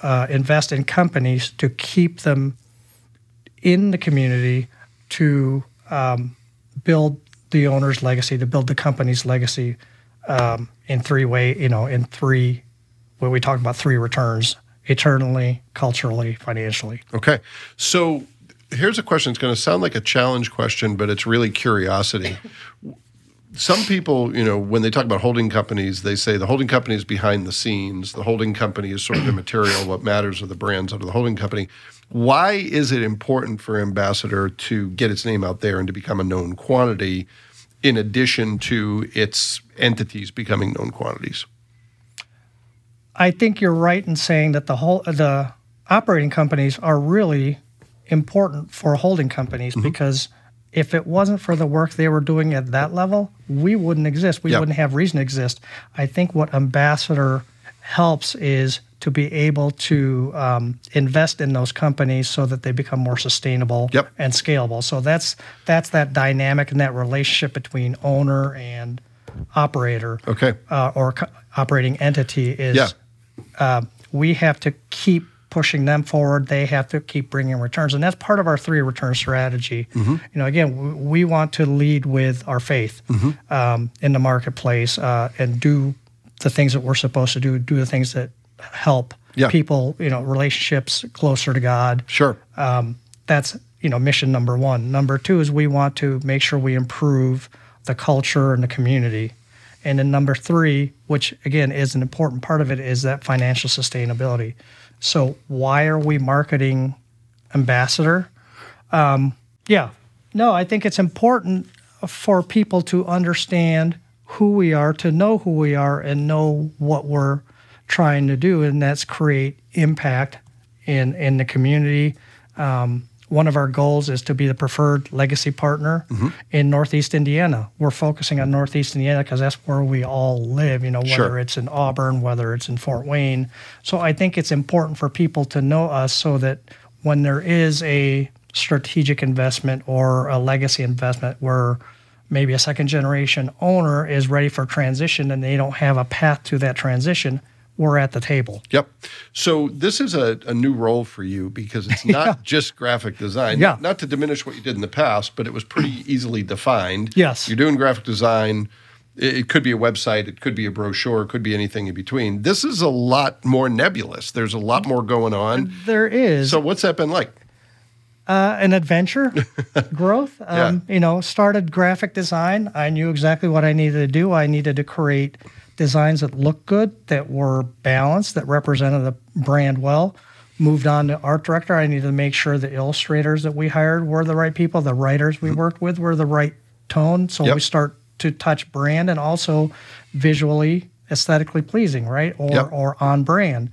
[SPEAKER 2] uh, invest in companies to keep them in the community to um, build the owner's legacy, to build the company's legacy um, in three way, you know, in three, when we talk about three returns, eternally, culturally, financially.
[SPEAKER 1] Okay. So here's a question. It's going to sound like a challenge question, but it's really curiosity. Some people, you know, when they talk about holding companies, they say the holding company is behind the scenes. The holding company is sort of immaterial. What matters are the brands under the holding company. Why is it important for Ambassador to get its name out there and to become a known quantity in addition to its entities becoming known quantities?
[SPEAKER 2] I think you're right in saying that the whole uh, the operating companies are really important for holding companies
[SPEAKER 1] Mm-hmm.
[SPEAKER 2] because if it wasn't for the work they were doing at that level, we wouldn't exist. We
[SPEAKER 1] Yeah.
[SPEAKER 2] wouldn't have reason to exist. I think what Ambassador helps is to be able to um, invest in those companies so that they become more sustainable
[SPEAKER 1] Yep.
[SPEAKER 2] and scalable. So that's that's that dynamic and that relationship between owner and operator
[SPEAKER 1] Okay.
[SPEAKER 2] uh, or co- operating entity is
[SPEAKER 1] Yeah.
[SPEAKER 2] uh, we have to keep pushing them forward. They have to keep bringing returns, and that's part of our three return strategy.
[SPEAKER 1] Mm-hmm.
[SPEAKER 2] You know, again, w- we want to lead with our faith
[SPEAKER 1] Mm-hmm.
[SPEAKER 2] um, in the marketplace uh, and do the things that we're supposed to do. Do the things that help
[SPEAKER 1] Yeah.
[SPEAKER 2] people. You know, relationships closer to God
[SPEAKER 1] Sure.
[SPEAKER 2] um, that's you know mission number one. Number two is we want to make sure we improve the culture and the community. And then number three, which again is an important part of it, is that financial sustainability. So why are we marketing ambassador? Yeah. No, I think it's important for people to understand who we are, to know who we are, and know what we're trying to do, and that's create impact in in the community. Um, one of our goals is to be the preferred legacy partner in Northeast Indiana. We're focusing on Northeast Indiana because that's where we all live. You know, whether
[SPEAKER 1] Sure.
[SPEAKER 2] it's in Auburn, whether it's in Fort Wayne. So I think it's important for people to know us so that when there is a strategic investment or a legacy investment where maybe a second generation owner is ready for transition and they don't have a path to that transition, we're at the table.
[SPEAKER 1] Yep. So this is a, a new role for you because it's not just graphic design.
[SPEAKER 2] Yeah.
[SPEAKER 1] Not to diminish what you did in the past, but it was pretty easily defined.
[SPEAKER 2] Yes.
[SPEAKER 1] You're doing graphic design. It, it could be a website, it could be a brochure, it could be anything in between. This is a lot more nebulous. There's a lot more going on.
[SPEAKER 2] There is
[SPEAKER 1] So what's that been like?
[SPEAKER 2] uh, an adventure growth. Um, You know, started graphic design. I knew exactly what I needed to do. I needed to create designs that looked good, that were balanced, that represented the brand well. Moved on to art director. I needed to make sure the illustrators that we hired were the right people, the writers we worked with were the right tone. So
[SPEAKER 1] Mm-hmm. Yep.
[SPEAKER 2] we start to touch brand and also visually aesthetically pleasing, right? Or
[SPEAKER 1] Yep.
[SPEAKER 2] or on brand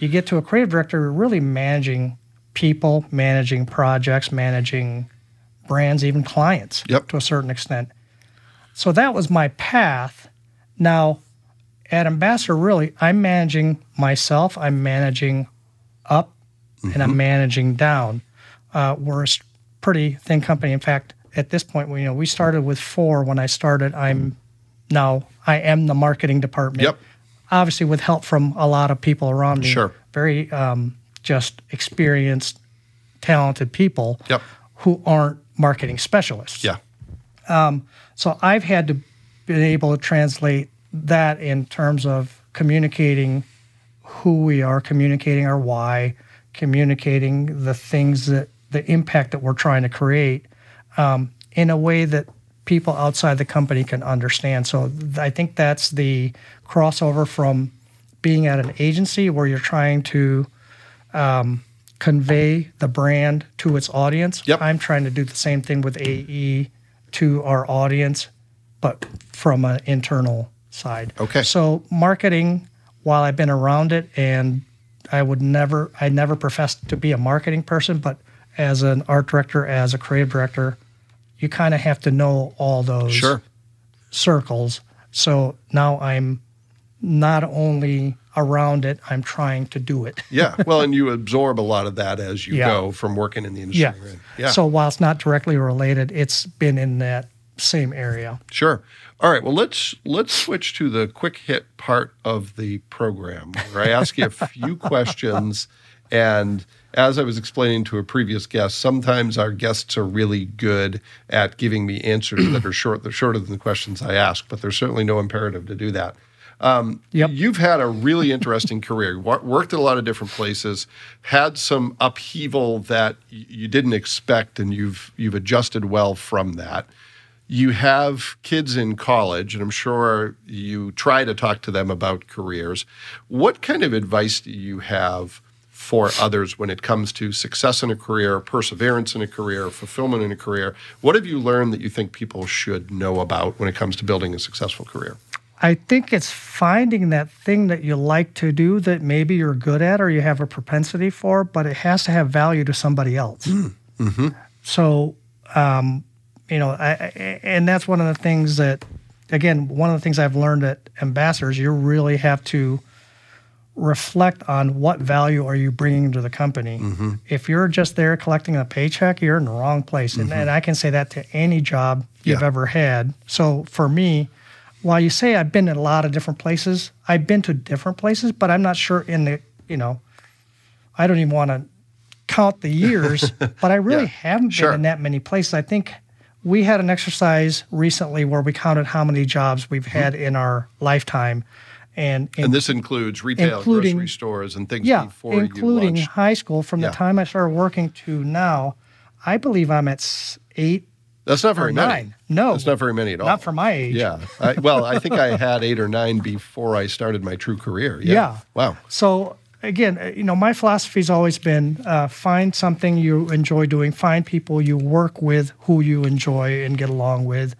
[SPEAKER 2] you get to a creative director, you're really managing people, managing projects, managing brands, even clients
[SPEAKER 1] Yep.
[SPEAKER 2] to a certain extent. So that was my path. Now, at Ambassador, really, I'm managing myself,
[SPEAKER 1] Mm-hmm.
[SPEAKER 2] I'm managing up, and I'm managing down. Uh, we're a s- pretty thin company. In fact, at this point, we you know we started with four when I started. I'm now I am the marketing department.
[SPEAKER 1] Mm-hmm. Yep.
[SPEAKER 2] Obviously, with help from a lot of people around me.
[SPEAKER 1] Sure.
[SPEAKER 2] Very um, just experienced, talented people.
[SPEAKER 1] Yep.
[SPEAKER 2] Who aren't marketing specialists.
[SPEAKER 1] Yeah.
[SPEAKER 2] So I've had to be able to translate that in terms of communicating who we are, communicating our why, communicating the things that the impact that we're trying to create um, in a way that people outside the company can understand. So th- I think that's the crossover from being at an agency where you're trying to um, convey the brand to its audience.
[SPEAKER 1] Yep.
[SPEAKER 2] I'm trying to do the same thing with AE to our audience, but from an internal side.
[SPEAKER 1] Okay.
[SPEAKER 2] So marketing, while I've been around it, and I would never, I never professed to be a marketing person, but as an art director, as a creative director, you kind of have to know all those
[SPEAKER 1] Sure.
[SPEAKER 2] circles. So now I'm not only around it, I'm trying to do it.
[SPEAKER 1] Yeah. Well, and you absorb a lot of that as you
[SPEAKER 2] Yeah.
[SPEAKER 1] go from working in the industry.
[SPEAKER 2] Yeah.
[SPEAKER 1] right? Yeah.
[SPEAKER 2] So while it's not directly related, it's been in that same area.
[SPEAKER 1] Sure. All right. Well, let's let's switch to the quick hit part of the program where I ask you a few questions. And as I was explaining to a previous guest, sometimes our guests are really good at giving me answers that are short, they're shorter than the questions I ask, but there's certainly no imperative to do that.
[SPEAKER 2] Yep.
[SPEAKER 1] You've had a really interesting career. Wor- Worked at a lot of different places, had some upheaval that y- you didn't expect, and you've you've adjusted well from that. You have kids in college, and I'm sure you try to talk to them about careers. What kind of advice do you have for others when it comes to success in a career, perseverance in a career, fulfillment in a career? What have you learned that you think people should know about when it comes to building a successful career?
[SPEAKER 2] I think it's finding that thing that you like to do that maybe you're good at or you have a propensity for, but it has to have value to somebody else. So, um, you know, I, I, and that's one of the things that, again, one of the things I've learned at Ambassadors, you really have to reflect on what value are you bringing to the company. If you're just there collecting a paycheck, you're in the wrong place. And, and I can say that to any job you've
[SPEAKER 1] Yeah.
[SPEAKER 2] ever had. So for me, while you say I've been in a lot of different places, I've been to different places, but I'm not sure in the, you know, I don't even want to count the years, but I really
[SPEAKER 1] Yeah.
[SPEAKER 2] haven't been
[SPEAKER 1] Sure.
[SPEAKER 2] in that many places. I think we had an exercise recently where we counted how many jobs we've had in our lifetime, and, in-
[SPEAKER 1] Hmm. And this includes retail,
[SPEAKER 2] Including-
[SPEAKER 1] grocery stores, and things
[SPEAKER 2] yeah,
[SPEAKER 1] before
[SPEAKER 2] including
[SPEAKER 1] you launched.
[SPEAKER 2] high school from
[SPEAKER 1] Yeah.
[SPEAKER 2] the time I started working to now. I believe I'm at s- eight
[SPEAKER 1] That's not very
[SPEAKER 2] or
[SPEAKER 1] many.
[SPEAKER 2] nine. No,
[SPEAKER 1] That's not very many at all.
[SPEAKER 2] not for my age.
[SPEAKER 1] Yeah. I, well, I think I had eight or nine before I started my true career. Yeah.
[SPEAKER 2] Yeah.
[SPEAKER 1] Wow.
[SPEAKER 2] So again, uh, you know, my philosophy's always been uh, find something you enjoy doing, find people you work with who you enjoy and get along with,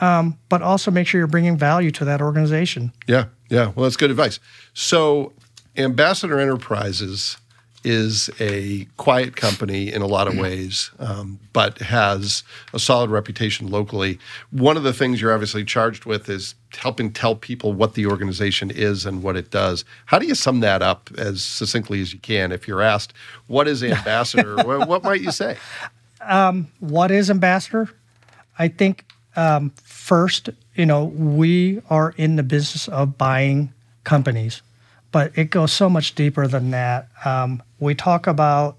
[SPEAKER 2] um, but also make sure you're bringing value to that organization.
[SPEAKER 1] Yeah. Yeah. Well, that's good advice. So, Ambassador Enterprises is a quiet company in a lot of ways, um, but has a solid reputation locally. One of the things you're obviously charged with is helping tell people what the organization is and what it does. How do you sum that up as succinctly as you can? If you're asked, what is Ambassador? what, what might you say?
[SPEAKER 2] what is ambassador i think um, first you know we are in the business of buying companies but it goes so much deeper than that um, we talk about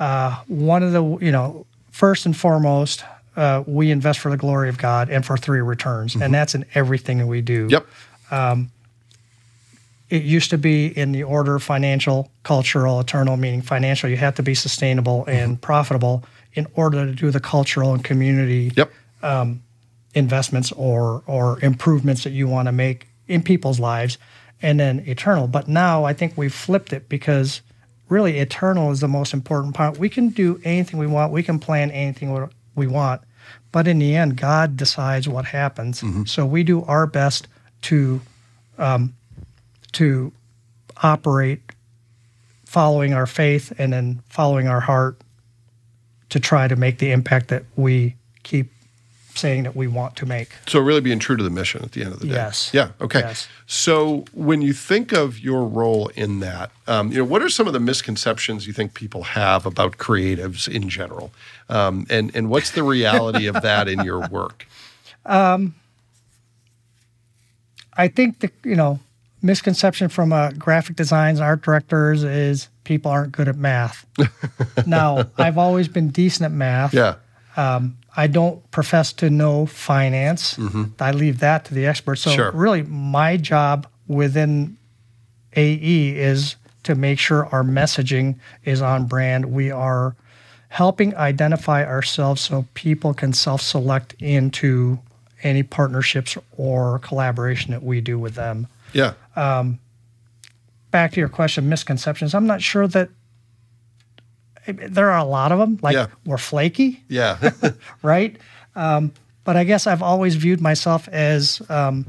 [SPEAKER 2] uh, one of the you know first and foremost uh, we invest for the glory of god and for three returns and that's in everything that we do
[SPEAKER 1] Yep.
[SPEAKER 2] it used to be in the order of financial, cultural, eternal, meaning financial, you have to be sustainable and profitable in order to do the cultural and community
[SPEAKER 1] Yep.
[SPEAKER 2] investments or or improvements that you want to make in people's lives and then eternal but now i think we've flipped it because really eternal is the most important part we can do anything we want we can plan anything we- we want but in the end god decides what happens so we do our best to um, to operate following our faith and then following our heart to try to make the impact that we keep saying that we want to make.
[SPEAKER 1] So really being true to the mission at the end of the day.
[SPEAKER 2] Yes.
[SPEAKER 1] Yeah. Okay.
[SPEAKER 2] Yes.
[SPEAKER 1] So when you think of your role in that, um, you know, what are some of the misconceptions you think people have about creatives in general, um, and and what's the reality of that in your work?
[SPEAKER 2] I think the you know misconception from uh, graphic designs, art directors is people aren't good at math. now I've always been decent at math.
[SPEAKER 1] Yeah.
[SPEAKER 2] Um, I don't profess to know finance. I leave that to the experts. So
[SPEAKER 1] Mm-hmm. Sure.
[SPEAKER 2] really, my job within AE is to make sure our messaging is on brand. We are helping identify ourselves so people can self-select into any partnerships or collaboration that we do with them
[SPEAKER 1] Yeah.
[SPEAKER 2] back to your question, misconceptions. I'm not sure that there are a lot of them. Like
[SPEAKER 1] Yeah.
[SPEAKER 2] we're flaky,
[SPEAKER 1] Yeah.
[SPEAKER 2] right? Um, but I guess I've always viewed myself as um,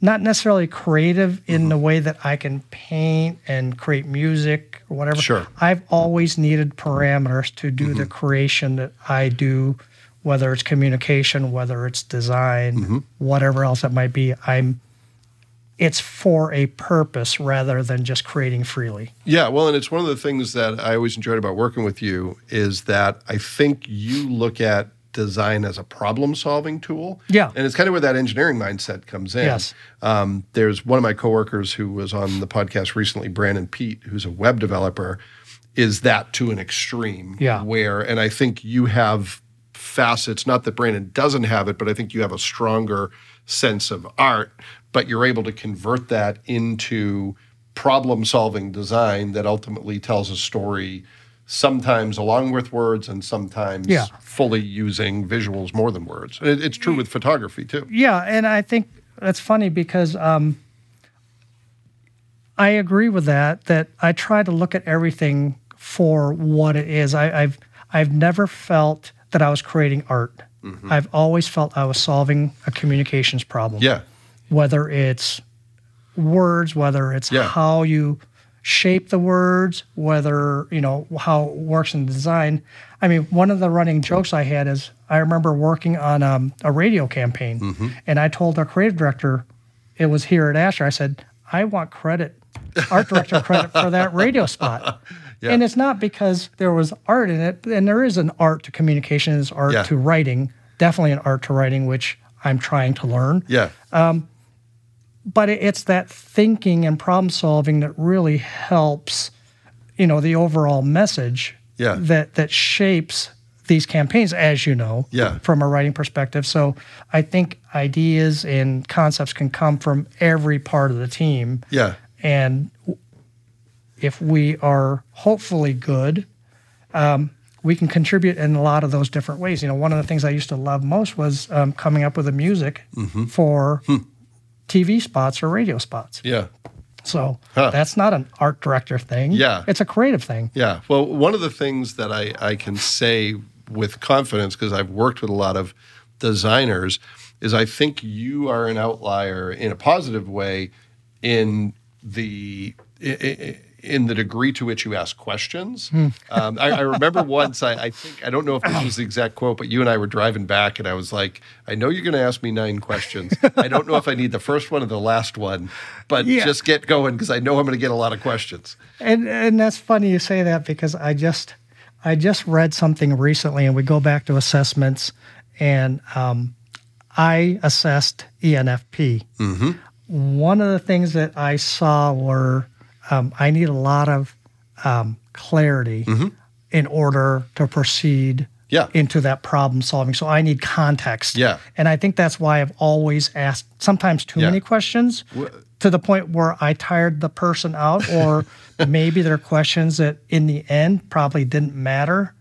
[SPEAKER 2] not necessarily creative in the way that I can paint and create music or whatever.
[SPEAKER 1] Sure.
[SPEAKER 2] I've always needed parameters to do the creation that I do, whether it's communication, whether it's design, whatever else it might be. I'm it's for a purpose rather than just creating freely.
[SPEAKER 1] Yeah, well, and it's one of the things that I always enjoyed about working with you is that I think you look at design as a problem solving tool.
[SPEAKER 2] Yeah.
[SPEAKER 1] And it's kind of where that engineering mindset comes in.
[SPEAKER 2] Yes.
[SPEAKER 1] Um, there's one of my coworkers who was on the podcast recently, Brandon Pete, who's a web developer, is that to an extreme.
[SPEAKER 2] Yeah.
[SPEAKER 1] Where, and I think you have facets, not that Brandon doesn't have it, but I think you have a stronger sense of art, but you're able to convert that into problem solving design that ultimately tells a story sometimes along with words and sometimes
[SPEAKER 2] Yeah.
[SPEAKER 1] fully using visuals more than words. And it- it's true with photography too.
[SPEAKER 2] Yeah, and I think that's funny because um, I agree with that. That I try to look at everything for what it is. I, I've I've never felt that I was creating art. I've always felt I was solving a communications problem.
[SPEAKER 1] Yeah.
[SPEAKER 2] Whether it's words, whether it's
[SPEAKER 1] Yeah.
[SPEAKER 2] how you shape the words, whether you know how it works in design. I mean, one of the running jokes I had is I remember working on um, a radio campaign,
[SPEAKER 1] Mm-hmm.
[SPEAKER 2] and I told our creative director, it was here at Asher. I said, I want credit, art director credit for that radio spot. And it's not because there was art in it, and there is an art to communication, there's art
[SPEAKER 1] Yeah.
[SPEAKER 2] to writing, definitely an art to writing, which I'm trying to learn
[SPEAKER 1] Yeah.
[SPEAKER 2] but it, it's that thinking and problem solving that really helps you know the overall message
[SPEAKER 1] Yeah.
[SPEAKER 2] that that shapes these campaigns as you know
[SPEAKER 1] Yeah.
[SPEAKER 2] from a writing perspective so i think ideas and concepts can come from every part of the team
[SPEAKER 1] yeah.
[SPEAKER 2] and w- if we are hopefully good, um, we can contribute in a lot of those different ways. You know, one of the things I used to love most was um, coming up with the music
[SPEAKER 1] Mm-hmm.
[SPEAKER 2] for
[SPEAKER 1] Hmm.
[SPEAKER 2] TV spots or radio spots.
[SPEAKER 1] Yeah.
[SPEAKER 2] So
[SPEAKER 1] Huh.
[SPEAKER 2] that's not an art director thing.
[SPEAKER 1] Yeah.
[SPEAKER 2] it's a creative thing.
[SPEAKER 1] Yeah. Well, one of the things that I, I can say with confidence, because I've worked with a lot of designers, is I think you are an outlier in a positive way in the. i- i- in the degree to which you ask questions, um, I, I remember once I, I think I don't know if this was the exact quote, but you and I were driving back, and I was like, "I know you're going to ask me nine questions. I don't know if I need the first one or the last one, but
[SPEAKER 2] Yeah.
[SPEAKER 1] just get going because I know I'm going to get a lot of questions."
[SPEAKER 2] And and that's funny you say that because I just I just read something recently, and we go back to assessments, and um, I assessed E ENFP.
[SPEAKER 1] Mm-hmm.
[SPEAKER 2] One of the things that I saw were um, I need a lot of um, clarity in order to proceed
[SPEAKER 1] Mm-hmm. Yeah.
[SPEAKER 2] into that problem solving. So I need context.
[SPEAKER 1] Yeah.
[SPEAKER 2] And I think that's why I've always asked sometimes too
[SPEAKER 1] Yeah.
[SPEAKER 2] many questions to the point where I tired the person out, or maybe there are questions that in the end probably didn't matter,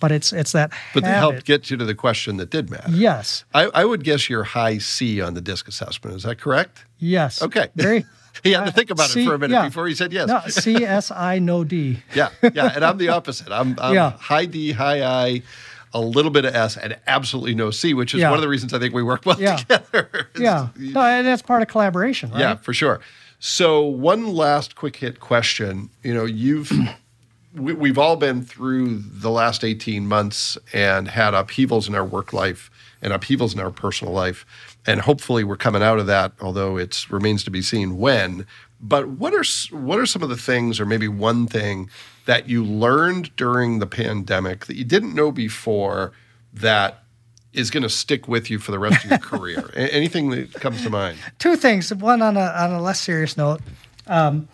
[SPEAKER 2] but it's it's that
[SPEAKER 1] But they
[SPEAKER 2] habit.
[SPEAKER 1] helped get you to the question that did matter.
[SPEAKER 2] yes,
[SPEAKER 1] I, I would guess you're high C on the disc assessment. Is that correct?
[SPEAKER 2] yes.
[SPEAKER 1] Okay.
[SPEAKER 2] Very.
[SPEAKER 1] He had to think about
[SPEAKER 2] Uh, C-
[SPEAKER 1] it for a minute
[SPEAKER 2] yeah.
[SPEAKER 1] before he said yes.
[SPEAKER 2] No, CSI no D.
[SPEAKER 1] Yeah, yeah. And I'm the opposite. I'm, I'm
[SPEAKER 2] Yeah.
[SPEAKER 1] high D, high I, a little bit of S, and absolutely no C, which is
[SPEAKER 2] Yeah.
[SPEAKER 1] one of the reasons I think we work well
[SPEAKER 2] Yeah.
[SPEAKER 1] together. is-
[SPEAKER 2] Yeah. No, and that's part of collaboration, right?
[SPEAKER 1] Yeah, for sure. So one last quick hit question. You know, you've we, we've all been through the last eighteen months and had upheavals in our work life and upheavals in our personal life. And hopefully we're coming out of that, although it remains to be seen when. But what are s- what are some of the things, or maybe one thing, that you learned during the pandemic that you didn't know before that is going to stick with you for the rest of your career? A- Anything that comes to mind?
[SPEAKER 2] Two things. One on a on a less serious note. Um,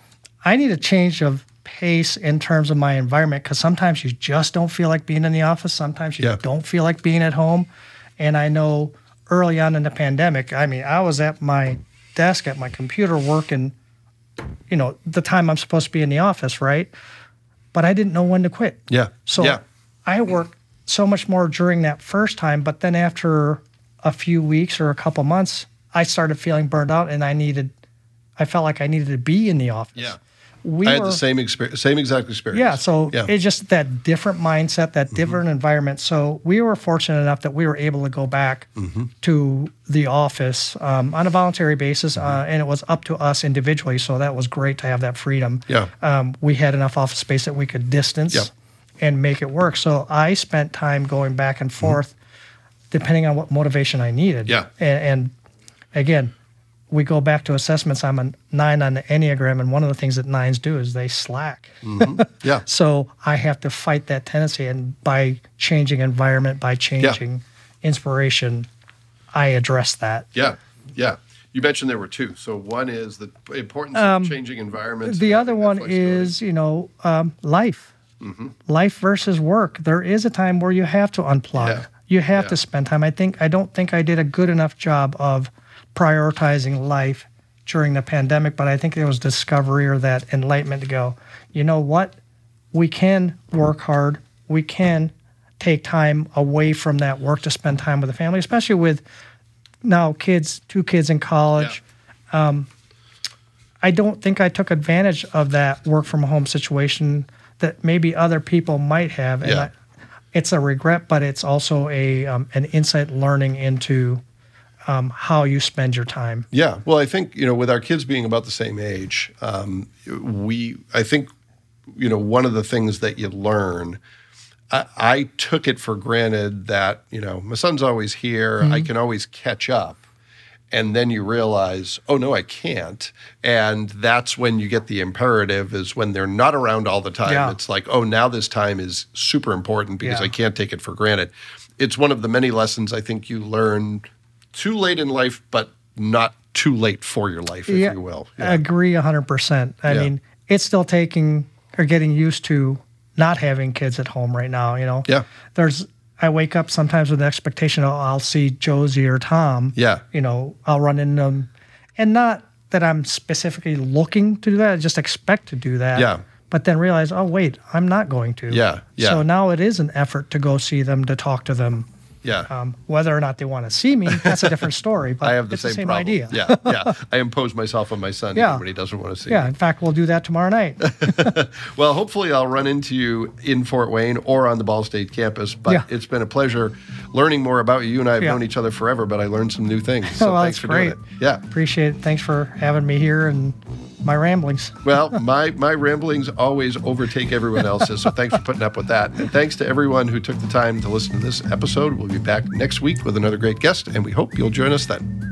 [SPEAKER 2] I need a change of pace in terms of my environment because sometimes you just don't feel like being in the office. Sometimes you
[SPEAKER 1] Yeah.
[SPEAKER 2] don't feel like being at home. And I know early on in the pandemic, I mean, I was at my desk at my computer working, you know, the time I'm supposed to be in the office, right? But I didn't know when to quit.
[SPEAKER 1] Yeah.
[SPEAKER 2] So
[SPEAKER 1] yeah.
[SPEAKER 2] I worked so much more during that first time, but then after a few weeks or a couple months, I started feeling burned out and I needed I felt like I needed to be in the office.
[SPEAKER 1] Yeah.
[SPEAKER 2] We
[SPEAKER 1] I had
[SPEAKER 2] were,
[SPEAKER 1] the same experience, same exact experience.
[SPEAKER 2] yeah, so
[SPEAKER 1] yeah, Mm-hmm.
[SPEAKER 2] it's just that different mindset, that different environment. So we were fortunate enough that we were able to go back
[SPEAKER 1] Mm-hmm.
[SPEAKER 2] to the office um, on a voluntary basis,
[SPEAKER 1] Mm-hmm.
[SPEAKER 2] uh, and it was up to us individually. So that was great to have that freedom.
[SPEAKER 1] Yeah.
[SPEAKER 2] um, we had enough office space that we could distance
[SPEAKER 1] Yeah. Mm-hmm.
[SPEAKER 2] and make it work. So I spent time going back and forth, depending on what motivation I needed.
[SPEAKER 1] Yeah.
[SPEAKER 2] and, and again. We go back to assessments. I'm a nine on the Enneagram, and one of the things that nines do is they slack.
[SPEAKER 1] yeah.
[SPEAKER 2] So I have to fight that tendency. And by changing environment, by changing inspiration, I address that.
[SPEAKER 1] Yeah, yeah. You mentioned there were two. So one is the importance of changing environments.
[SPEAKER 2] Um, The
[SPEAKER 1] and
[SPEAKER 2] other
[SPEAKER 1] having that
[SPEAKER 2] one
[SPEAKER 1] flexibility. Mm-hmm.
[SPEAKER 2] is, you know, um, life. Life versus work. There is a time where you have to unplug.
[SPEAKER 1] Yeah.
[SPEAKER 2] You have
[SPEAKER 1] Yeah.
[SPEAKER 2] to spend time. I think I don't think I did a good enough job of prioritizing life during the pandemic, but I think there was discovery or that enlightenment to go, you know what? We can work hard. We can take time away from that work to spend time with the family, especially with now kids, two kids in college. I don't think I took advantage of that work from home situation that maybe other people might have. And
[SPEAKER 1] Yeah.
[SPEAKER 2] I, it's a regret, but it's also a um, an insight learning into um, how you spend your time.
[SPEAKER 1] Yeah. Well, I think you know, with our kids being about the same age, um, we, I think, you know, one of the things that you learn. I, I took it for granted that you know my son's always here. I can always catch up, and then you realize, oh no, I can't. And that's when you get the imperative is when they're not around all the time.
[SPEAKER 2] Yeah.
[SPEAKER 1] It's like, oh, now this time is super important because
[SPEAKER 2] Yeah.
[SPEAKER 1] I can't take it for granted. It's one of the many lessons I think you learn too late in life, but not too late for your life, if you will. Yeah.
[SPEAKER 2] agree hundred percent. I
[SPEAKER 1] Yeah.
[SPEAKER 2] mean, it's still taking or getting used to not having kids at home right now. You know,
[SPEAKER 1] Yeah.
[SPEAKER 2] There's I wake up sometimes with the expectation oh, I'll see Josie or Tom.
[SPEAKER 1] Yeah.
[SPEAKER 2] you know, I'll run into them, and not that I'm specifically looking to do that. I just expect to do that.
[SPEAKER 1] Yeah.
[SPEAKER 2] But then realize, oh wait, I'm not going to.
[SPEAKER 1] Yeah, yeah.
[SPEAKER 2] So now it is an effort to go see them, to talk to them.
[SPEAKER 1] yeah.
[SPEAKER 2] Um, whether or not they want to see me, that's a different story. But
[SPEAKER 1] I have the
[SPEAKER 2] it's
[SPEAKER 1] same,
[SPEAKER 2] the same
[SPEAKER 1] problem.
[SPEAKER 2] idea.
[SPEAKER 1] Yeah, yeah. I impose myself on my son
[SPEAKER 2] Yeah.
[SPEAKER 1] even when he doesn't want to see.
[SPEAKER 2] Yeah,
[SPEAKER 1] me.
[SPEAKER 2] in fact, we'll do that tomorrow night.
[SPEAKER 1] Well, hopefully I'll run into you in Fort Wayne or on the Ball State campus. But
[SPEAKER 2] Yeah.
[SPEAKER 1] it's been a pleasure learning more about you. You and I have
[SPEAKER 2] Yeah.
[SPEAKER 1] known each other forever, but I learned some new things. So
[SPEAKER 2] well,
[SPEAKER 1] thanks
[SPEAKER 2] that's
[SPEAKER 1] for
[SPEAKER 2] great.
[SPEAKER 1] doing it. Yeah.
[SPEAKER 2] Appreciate it. Thanks for having me here and my ramblings.
[SPEAKER 1] Well, my my ramblings always overtake everyone else's. So thanks for putting up with that. And thanks to everyone who took the time to listen to this episode. We'll be back next week with another great guest, and we hope you'll join us then.